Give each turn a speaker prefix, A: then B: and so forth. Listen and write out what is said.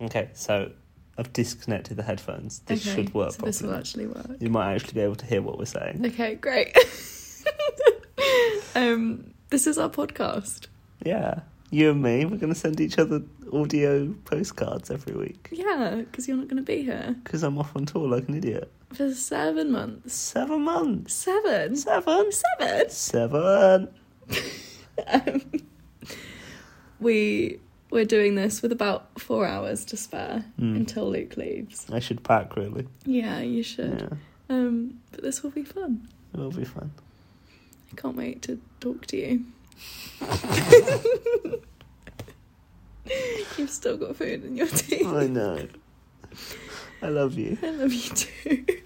A: Okay, so I've disconnected the headphones. This
B: okay,
A: should work
B: so this will
A: properly.
B: actually work.
A: You might actually be able to hear what we're saying.
B: Okay, great. um, this is our podcast.
A: Yeah. You and me, we're going to send each other audio postcards every week.
B: Yeah, because you're not going to be here
A: Because I'm off on tour like an idiot.
B: for seven months.
A: Seven months.
B: Seven.
A: Seven.
B: Seven.
A: Seven.
B: We we're doing this with about four hours to spare
A: Mm.
B: until Luke leaves.
A: I should pack, really.
B: Yeah, you should.
A: Yeah.
B: Um, but this will be fun.
A: It'll be fun.
B: I can't wait to talk to you. You've still got food in your teeth.
A: I know. I love you.
B: I love you too.